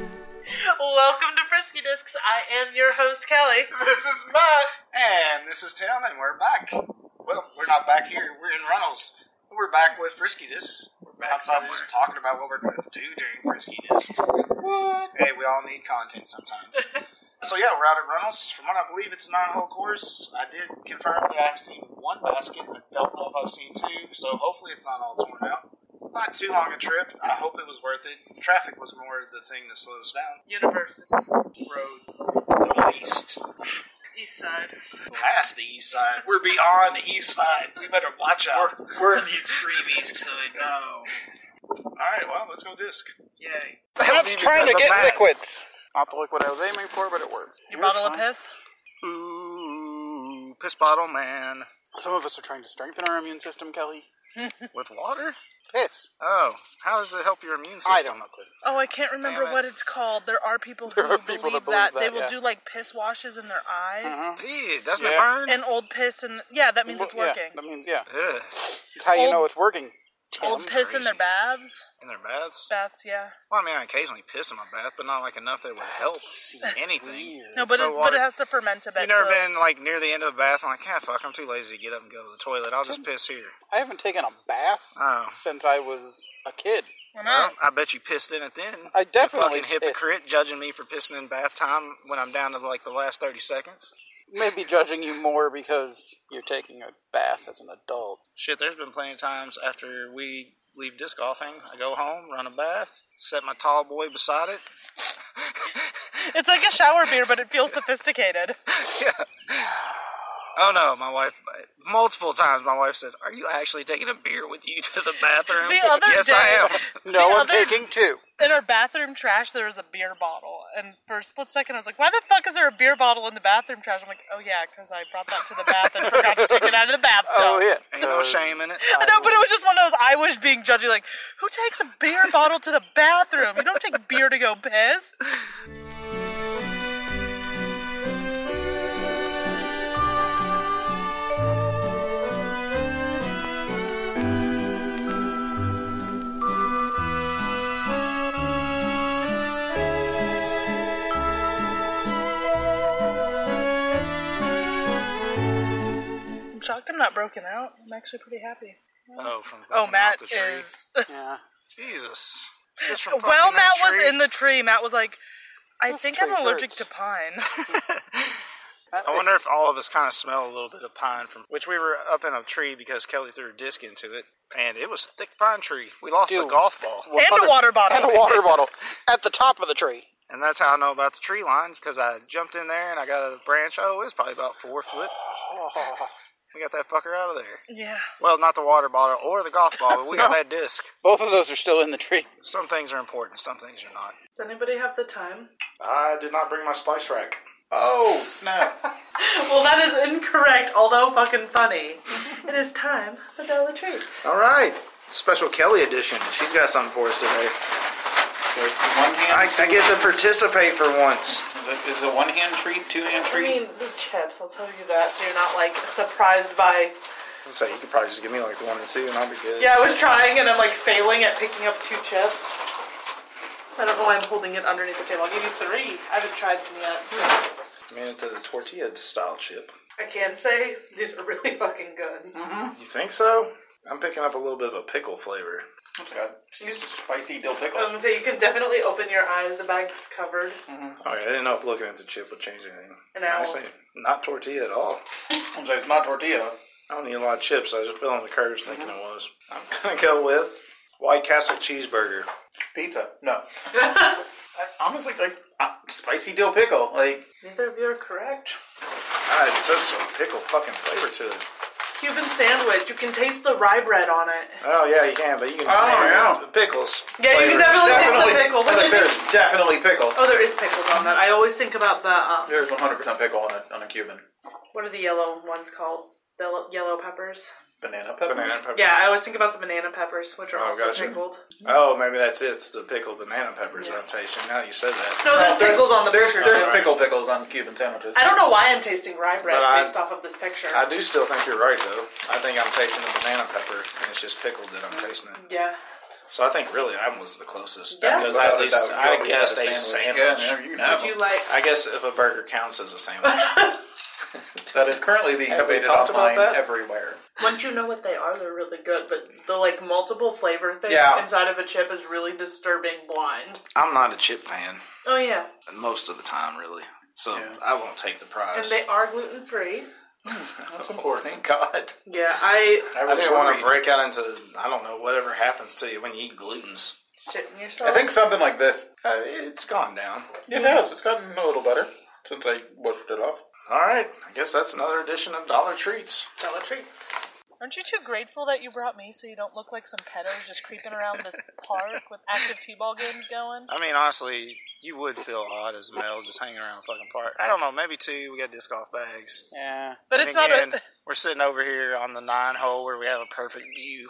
Welcome to Frisky Discs. I am your host, Kelly. This is Matt. And this is Tim, and we're back. Well, we're not back here. We're in Reynolds. We're back with Frisky Discs. We're back outside just talking about what we're going to do during Frisky Discs. Hey, we all need content sometimes. so, yeah, we're out at Reynolds. From what I believe, it's a nine hole course. I did confirm that I've seen one basket. I don't know if I've seen two, so hopefully it's not all torn out. Not too long a trip. I hope it was worth it. Traffic was more the thing that slowed us down. University, Road no east. East Side. past the east side. We're beyond the east side. We better watch out. We're in the extreme east side. No. All right, well, let's go disc. Yay. That's trying to get liquids. Not the liquid I was aiming for, but it worked. Your bottle of piss? Ooh, piss bottle man. Some of us are trying to strengthen our immune system, Kelly. With water? Piss. Oh, how does it help your immune system? I don't know. Oh, I can't remember Damn it. what it's called. There are people who There are people believe, that. that believe that, They will yeah. do like piss washes in their eyes Uh-huh. Gee, doesn't it Yeah. burn? and old piss, and yeah, that means it's Well, working. Yeah, that means, yeah. Ugh, It's how you Old- know it's working. old that's piss in crazy. their baths. in their baths? Baths, yeah. Well, I mean, I occasionally piss in my bath, but not like enough that it would help anything. Weird. No, but so it, but water- it has to ferment a bit. You never so- been like near the end of the bath? I'm like, ah, fuck, I'm too lazy to get up and go to the toilet. I'll just piss here. I haven't taken a bath Oh, since I was a kid. Well, no. well, I bet you pissed in it then. I definitely fucking hypocrite judging me for pissing in bath time when I'm down to like the last 30 seconds. Maybe judging you more because you're taking a bath as an adult. Shit, there's been plenty of times after we leave disc golfing, I go home, run a bath, set my tall boy beside it. It's like a shower beer, but it feels sophisticated. yeah. Oh no, my wife, multiple times my wife said, Are you actually taking a beer with you to the bathroom? The other yes, I day- am. No, The I'm other- taking two. In our bathroom trash, there was a beer bottle, and for a split second, I was like, "Why the fuck is there a beer bottle in the bathroom trash?" I'm like, "Oh yeah, because I brought that to the bath and forgot to take it out of the bathtub." Oh, yeah. Ain't no Uh, shame in it. I know, but it was just one of those I was being judgy, like, who takes a beer bottle to the bathroom? You don't take beer to go piss. I'm shocked I'm not broken out. I'm actually pretty happy. Oh, from Oh, fucking out Matt the tree. is. Yeah. Jesus. Just from Well, fucking Matt that was tree. in the tree. Matt was like, I This think tree I'm allergic hurts. to pine. That I is- wonder if all of us kind of smell a little bit of pine from which we were up in a tree because Kelly threw a disc into it, and it was a thick pine tree. We lost the Dude. golf ball, Well, and a other- water bottle. And a water bottle at the top of the tree. and that's how I know about the tree line because I jumped in there and I got a branch. Oh, it was probably about four foot. Oh, We got that fucker out of there. Yeah. Well, not the water bottle or the golf ball, but we got that disc. both of those are still in the tree. Some things are important, some things are not. Does anybody have the time? I did not bring my spice rack. Oh, snap. Well, that is incorrect, although fucking funny. it is time for Bella Treats. All right, special Kelly edition. She's got something for us today. There's the one I, I hand. get to participate for once. the, is the one hand treat, two hand I treat? mean, the chips, I'll tell you that, so you're not like surprised by. So you could probably just give me like one or two, and I'll be good. Yeah, I was trying and I'm like failing at picking up two chips. I don't know why I'm holding it underneath the table. I'll give you three. I haven't tried them yet. So. I mean, it's a tortilla style chip. I can say these are really fucking good. You think so? I'm picking up a little bit of a pickle flavor. It's got spicy dill Um, pickle. so you can definitely open your eyes. The bag's covered. Okay, Oh, I didn't know if looking at the chip would change anything. An owl. Actually, not tortilla at all. I'm sorry, it's not tortilla. I don't eat a lot of chips. I was just feeling the curves thinking it was. I'm gonna go with White Castle cheeseburger. Pizza. No. I, honestly, like, uh, spicy dill pickle. Like, Neither of you are correct. Ah, it's such a pickle fucking flavor to it. Cuban sandwich. You can taste the rye bread on it. Oh yeah, you can, but you can. Oh, yeah. the pickles. Yeah, you can flavor. definitely taste the pickle. Like, Which I there's think, definitely pickle. oh, there is pickles on that. I always think about the. Um, There's 100% pickle on a, on a Cuban. What are the yellow ones called? The yellow- yellow peppers. Banana peppers. Banana peppers. Yeah, I always think about the banana peppers, which are Oh, also gotcha. pickled. Oh, maybe that's it. It's the pickled banana peppers Yeah. I'm tasting. Now you said that. No, there's There's- pickles on the There's, picture. there's Alright. pickle pickles on Cuban sandwiches. I don't know why I'm tasting rye bread But I- based off of this picture. I do still think you're right, though. I think I'm tasting the banana pepper, and it's just pickled that I'm tasting it. yeah. So I think really I was the closest Yeah. because Well, I at that- least that- I we had guessed a sandwich. Yeah, you can have Would you them. like? I guess if a burger counts as a sandwich. That is currently being Have we debated talked about online that? everywhere. Once you know what they are, they're really good. But the like multiple flavor thing Yeah. inside of a chip is really disturbing. Blind. I'm not a chip fan Oh yeah, most of the time, really. So Yeah. I won't take the and prize. they are gluten free. That's important. Thank God. Yeah, I I was didn't want worried. to break out into I don't know whatever happens to you when you eat glutens. shitting yourself. I think something like this. Uh, it's gone down. It has. It's gotten a little better since I washed it off. All right, I guess that's another edition of Dollar Treats. Dollar treats. Aren't you too grateful that you brought me so you don't look like some pedo just creeping around this park with active t-ball games going? I mean, honestly, you would feel odd as a male just hanging around a fucking park. I don't know, maybe two. We got disc golf bags. Yeah. But And it's not a. again, We're sitting over here on the nine hole where we have a perfect view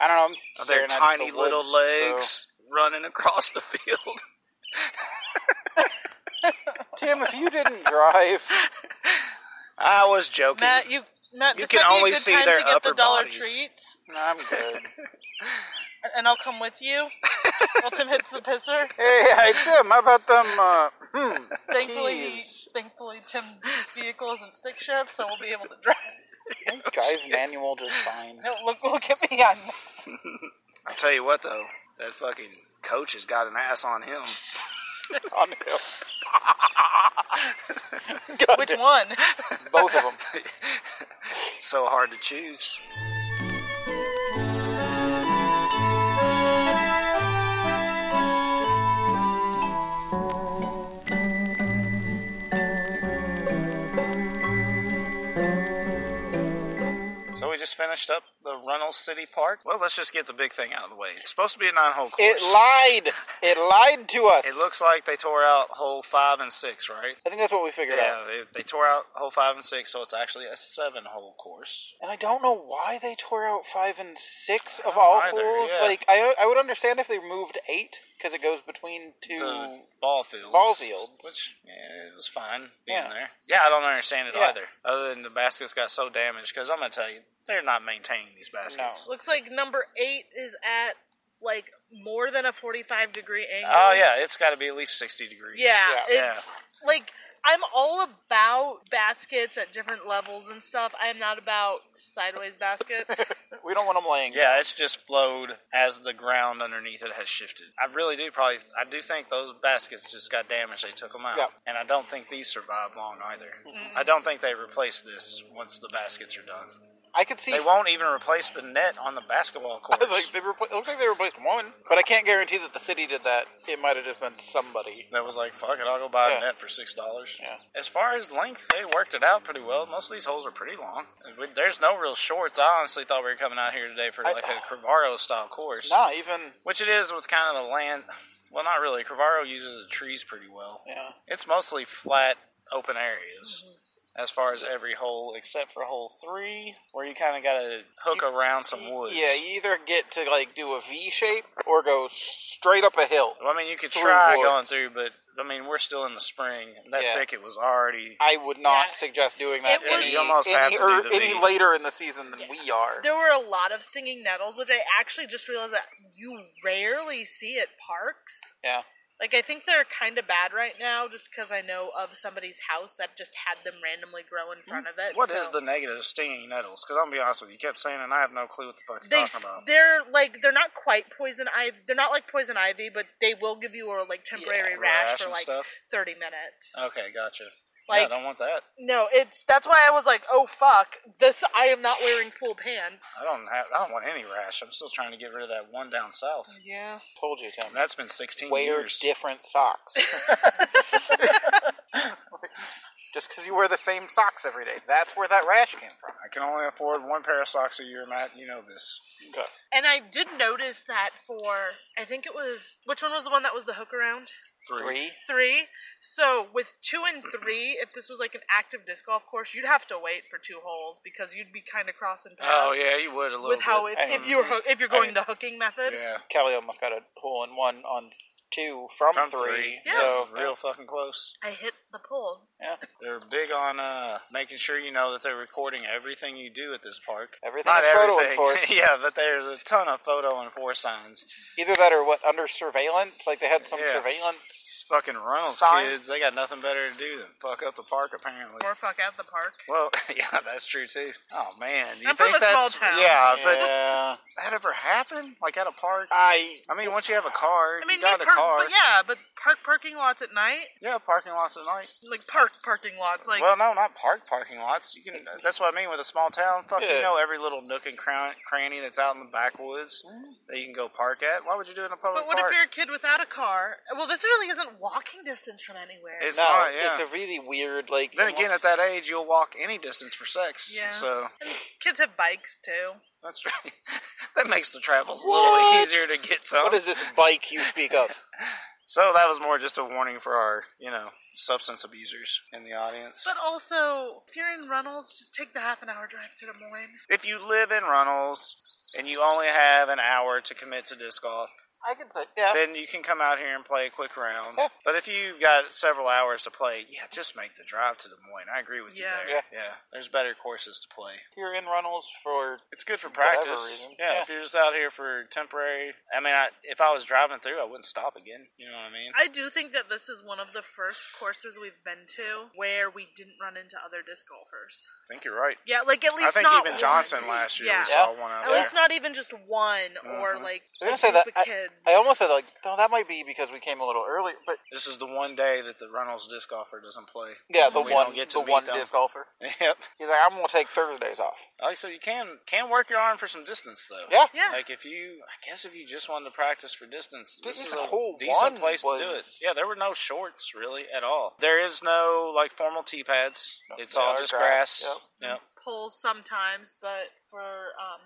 I don't know. I'm of staring their at the tiny little woods, so- legs running across the field. Tim, if you didn't drive, I was joking. Matt, you Matt, You this can might be a only good see time their to get upper the dollar bodies. treats, no, I'm good. and I'll come with you. While Tim hits the pisser. Hey, hey, Tim, how about them? Uh, hmm, Thankfully, he, keys? thankfully Tim's vehicle isn't stick shift, so we'll be able to drive. I drive manual just fine. No, look, look at me. I'm I tell you what, though, that fucking coach has got an ass on him. On hill. God, Which one? both of them. so hard to choose. So we just finished up the Runnels City Park. Well, let's just get the big thing out of the way. It's supposed to be a nine-hole course. It lied. It lied to us. It looks like they tore out hole five and six, right? I think that's what we figured out. Yeah, they, they tore out hole five and six, so it's actually a seven-hole course. And I don't know why they tore out five and six of all either, holes. yeah. Like I, I would understand if they removed eight because it goes between two. the ball fields. Mm. ball fields. Which yeah, it was fine being Yeah. there. Yeah, I don't understand it Yeah. either. Other than the baskets got so damaged, because I'm gonna tell you, they're not maintaining these baskets. Looks like number eight is at like more than a 45 degree angle. Oh yeah, it's got to be at least sixty degrees. Yeah, Yeah. it's like I'm all about baskets at different levels and stuff. I am not about sideways baskets. We don't want them laying. Yeah, it's just flowed as the ground underneath it has shifted. I really do probably, I do think those baskets just got damaged. They took them out, Yeah. and I don't think these survived long either. I don't think they replaced this once the baskets are done. I could see. They won't even replace the net on the basketball court. like they repl- it looks like they replaced one, but I can't guarantee that the city did that. It might have just been somebody. that was like, fuck it, I'll go buy Yeah. a net for six dollars. Yeah. As far as length, they worked it out pretty well. Most of these holes are pretty long. We- There's no real shorts. I honestly thought we were coming out here today for I- like a Crevaro style course, Nah, even which it is with kind of the land. Well, not really. Crevaro uses the trees pretty well. yeah. It's mostly flat, open areas. Mm-hmm. As far as every hole, except for hole three, where you kind of got to hook around some woods. E, Yeah, you either get to like do a V shape or go straight up a hill. Well, I mean, you could Through try woods. going through, but I mean, we're still in the spring. That Yeah. thicket was already I would not Yeah. suggest doing that It was- any, You almost any, have to do or the any V. later in the season than we are. there were a lot of stinging nettles, which I actually just realized that you rarely see at parks. Yeah. Like I think they're kind of bad right now, just because I know of somebody's house that just had them randomly grow in front of it. What so- is the negative of stinging nettles? Because I'm gonna be honest with you, you kept saying, it, and I have no clue what the fuck They you're s- talking about. they're like they're not quite poison ivy. They're not like poison ivy, but they will give you a like temporary rash, for and like stuff. thirty minutes. Okay, gotcha. yeah, I Like don't want that. no, it's that's why I was like, oh fuck, this I am not wearing full pants. I don't have. I don't want any rash. I'm still trying to get rid of that one down south. Yeah. Told you, Mm. Tim. And that's been 16 Wear years. different socks. Just because you wear the same socks every day, that's where that rash came from. I can only afford one pair of socks a year, Matt. You know this. And I did notice that for I think it was which one was the one that was the hook around? Three. three. So with two and three, if this was like an active disc golf course, you'd have to wait for two holes because you'd be kind of crossing paths. Oh yeah, you would a little With how bit. it, I if mean, you're hoo- if you're going mean- the hooking method, yeah. Kelly almost got a hole in one on two from, From three. three. Yeah. So Real fucking close. I hit the pole. They're big on uh, making sure you know that they're recording everything you do at this park. everything Not is photo everything. enforced. yeah, but there's a ton of photo and force signs. Either that or what under surveillance. Like they had some Yeah. surveillance. These fucking Reynolds Signs? kids, they got nothing better to do than fuck up the park, apparently. Or fuck out the park. Well, yeah, that's true too. Oh man, you I'm from think a small that's town. yeah, but yeah. that ever happened? Like at a park? I I mean, once you have a car, I mean, you me got a park, car. but yeah, but park parking lots at night, Yeah, parking lots at night. like park parking lots, like well, no, not park parking lots. You can. That's what I mean with a small town. Fuck, Yeah. you know every little nook and cran- cranny that's out in the backwoods Mm-hmm. that you can go park at. Why would you do it in a public But what park? if you're a kid without a car? Well, this really isn't walking distance from anywhere. It's no. not. Yeah. It's a really weird. Like then again, at that age, you'll walk any distance for sex. Yeah. So Kids have bikes too. that's right. that makes the travels a What? little easier to get some. what is this bike you speak of? so that was more just a warning for our, you know, substance abusers in the audience. But also, if you're in Runnels, just take the half an hour drive to Des Moines. If you live in Runnels and you only have an hour to commit to disc golf, I can say yeah. then you can come out here and play a quick round. Yeah. But if you've got several hours to play, yeah, just make the drive to Des Moines. I agree with Yeah. you there. Yeah. there's better courses to play. You're in Runnels for It's good for Whatever practice. reason. Yeah, Yeah. if you're just out here for temporary. I mean, I, if I was driving through, I wouldn't stop again. You know what I mean? I do think that this is one of the first courses we've been to where we didn't run into other disc golfers. I think you're right. Yeah, like at I least think not one. even Johnson last year Yeah. we saw one out At there. least not even just one or Mhm. like I was a gonna say group of that kids. I almost said like, no, that might be because we came a little early, but This is the one day that the Reynolds disc golfer doesn't play. yeah, the We one don't get to the meet one them. disc golfer. Yep. He's like, I'm gonna take Thursdays off. Like so, you can can work your arm for some distance though. Yeah. yeah, Like if you, I guess if you just wanted to practice for distance, this Didn't is the a whole one decent place to do it. was- Yeah, there were no shorts really at all. There is no like formal tee pads. No, it's they all are just grass, grass. and Yep. pulls Mm-hmm. sometimes, but for um,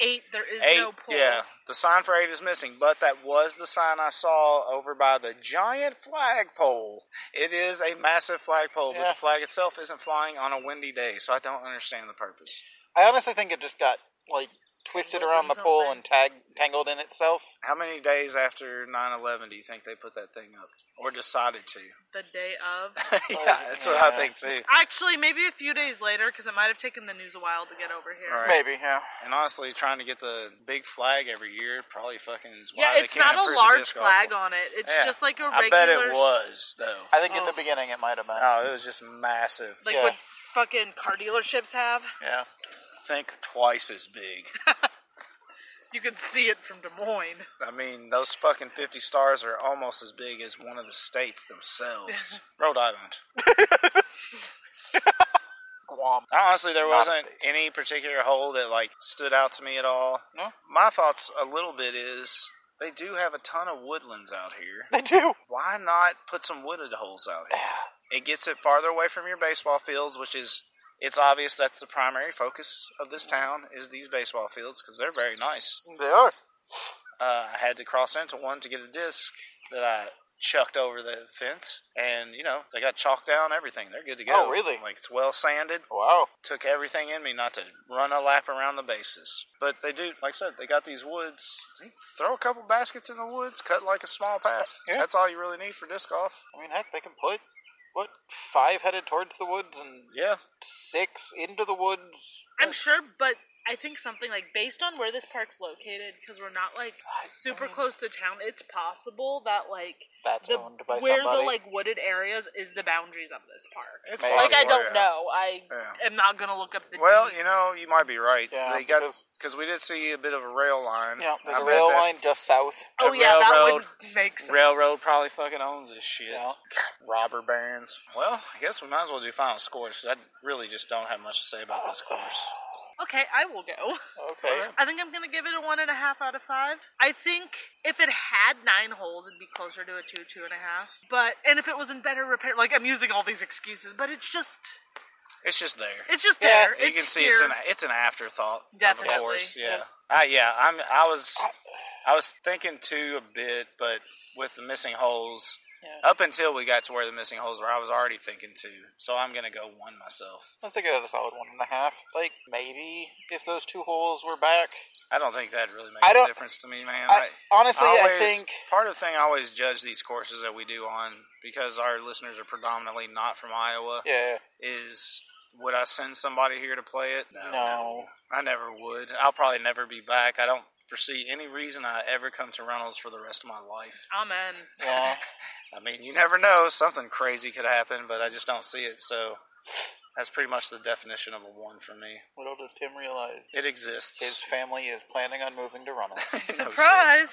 eight there is Eight, no pull. yeah. The sign for eight is missing, but that was the sign I saw over by the giant flagpole. It is a massive flagpole, but Yeah. the flag itself isn't flying on a windy day, so I don't understand the purpose. I honestly think it just got like twisted Tangled around in the pole something. and tag tangled in itself. How many days after 9/11 do you think they put that thing up, or decided to? The day of. yeah, that's what I yeah. think too. Actually, maybe a few days later, because it might have taken the news a while to get over here. Right. Maybe, yeah. And honestly, trying to get the big flag every year probably fucking is why Yeah, they it's can't not a approve the large disc golf. flag on it. It's Yeah. just like a regular. I bet it was though. I think Oh. at the beginning it might have been. Oh, it was just massive. Like Yeah. what fucking car dealerships have. Yeah. Think twice as big. You can see it from Des Moines. I mean, those fucking fifty stars are almost as big as one of the states themselves. Rhode Island. Guam. Honestly, there Not a wasn't state. any particular hole that like stood out to me at all. No? My thoughts a little bit is they do have a ton of woodlands out here. They do. why not put some wooded holes out here? It gets it farther away from your baseball fields, which is it's obvious that's the primary focus of this town is these baseball fields because they're very nice. They are. Uh, I had to cross into one to get a disc that I chucked over the fence, and you know they got chalk down everything. They're good to go. Oh, really? Like it's well sanded. Wow. Took everything in me not to run a lap around the bases, but they do. Like I said, they got these woods. Throw a couple baskets in the woods, cut like a small path. Yeah. That's all you really need for disc golf. I mean heck they can put what, five headed towards the woods and Yeah, six into the woods. I'm sure, but I think something like based on where this park's located, because we're not like super close to town, it's possible that like That's the owned by where somebody. the like wooded areas is the boundaries of this park. It's Maybe. Like I possible, don't yeah. know. I Yeah. am not gonna look up the. Well, deeds. you know, you might be right. yeah, they got because- because we did see a bit of a rail line. yeah, there's I a bet rail that line just south. Oh the yeah, that railroad- would make sense. Railroad probably fucking owns this shit. Yeah. Robber barons. Well, I guess we might as well do final scores. 'cause I really just don't have much to say about this course. Okay, I will go. Okay. I think I'm gonna give it a one and a half out of five. I think if it had nine holes, it'd be closer to a two, two and a half. But and if it was in better repair, like I'm using all these excuses, but it's just, It's just there. it's just Yeah, there. you it's can see here. it's an it's an afterthought. Definitely. Of course, yeah. Yeah. I, yeah, I'm. I was. I was thinking too a bit, but with the missing holes, Yeah. Up until we got to where the missing holes were, I was already thinking two, so I'm gonna go one myself. Let's take it at a solid one and a half. Like maybe if those two holes were back. I don't think that really I makes a don't- difference to me, man. I- Honestly, I always- think part of the thing I always judge these courses that we do on because our listeners are predominantly not from Iowa yeah. is would I send somebody here to play it? No. I never would. I'll probably never be back. I don't foresee any reason I ever come to Reynolds for the rest of my life. Amen. Yeah. I mean, you never know. Something crazy could happen, but I just don't see it. So that's pretty much the definition of a one for me. Little does Tim realize It his exists. family is planning on moving to Runnels. No shit. Surprise!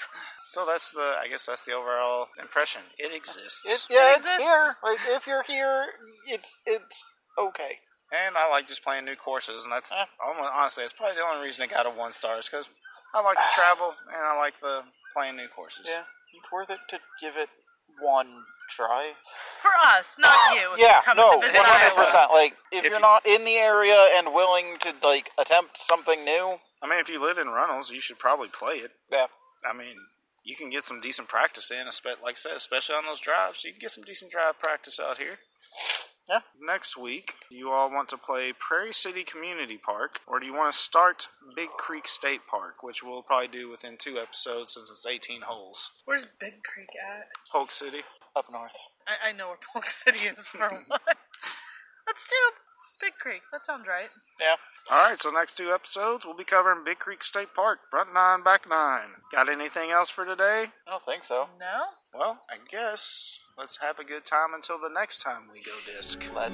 so that's the. I guess that's the overall impression. It exists. It, It yeah, it's exists. here. Like if you're here, it's it's okay. and I like just playing new courses, and that's Huh. almost, honestly that's probably the only reason it got a one star is because I like to travel and I like the playing new courses. Yeah, it's worth it to give it one try. For us, not you. if Yeah, you're coming no, to one visit hundred Iowa. percent. Like if, If you're you- not in the area and willing to like attempt something new, I mean, if you live in Runnels, you should probably play it. yeah, I mean, you can get some decent practice in, espe- like I said, especially on those drives. You can get some decent drive practice out here. Yeah. Next week, do you all want to play Prairie City Community Park, or do you want to start Big Creek State Park, which we'll probably do within two episodes since it's 18 holes? Where's Big Creek at? Polk City. up north. I, I know where Polk City is for one. Let's do Big Creek. That sounds right. Yeah, All right, so next two episodes, we'll be covering Big Creek State Park, front nine, back nine. Got anything else for today? I don't think so. No? Well, I guess let's have a good time until the next time we go disc. Let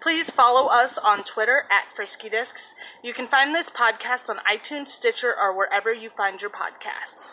Please follow us on Twitter at Frisky Discs. You can find this podcast on iTunes, Stitcher, or wherever you find your podcasts.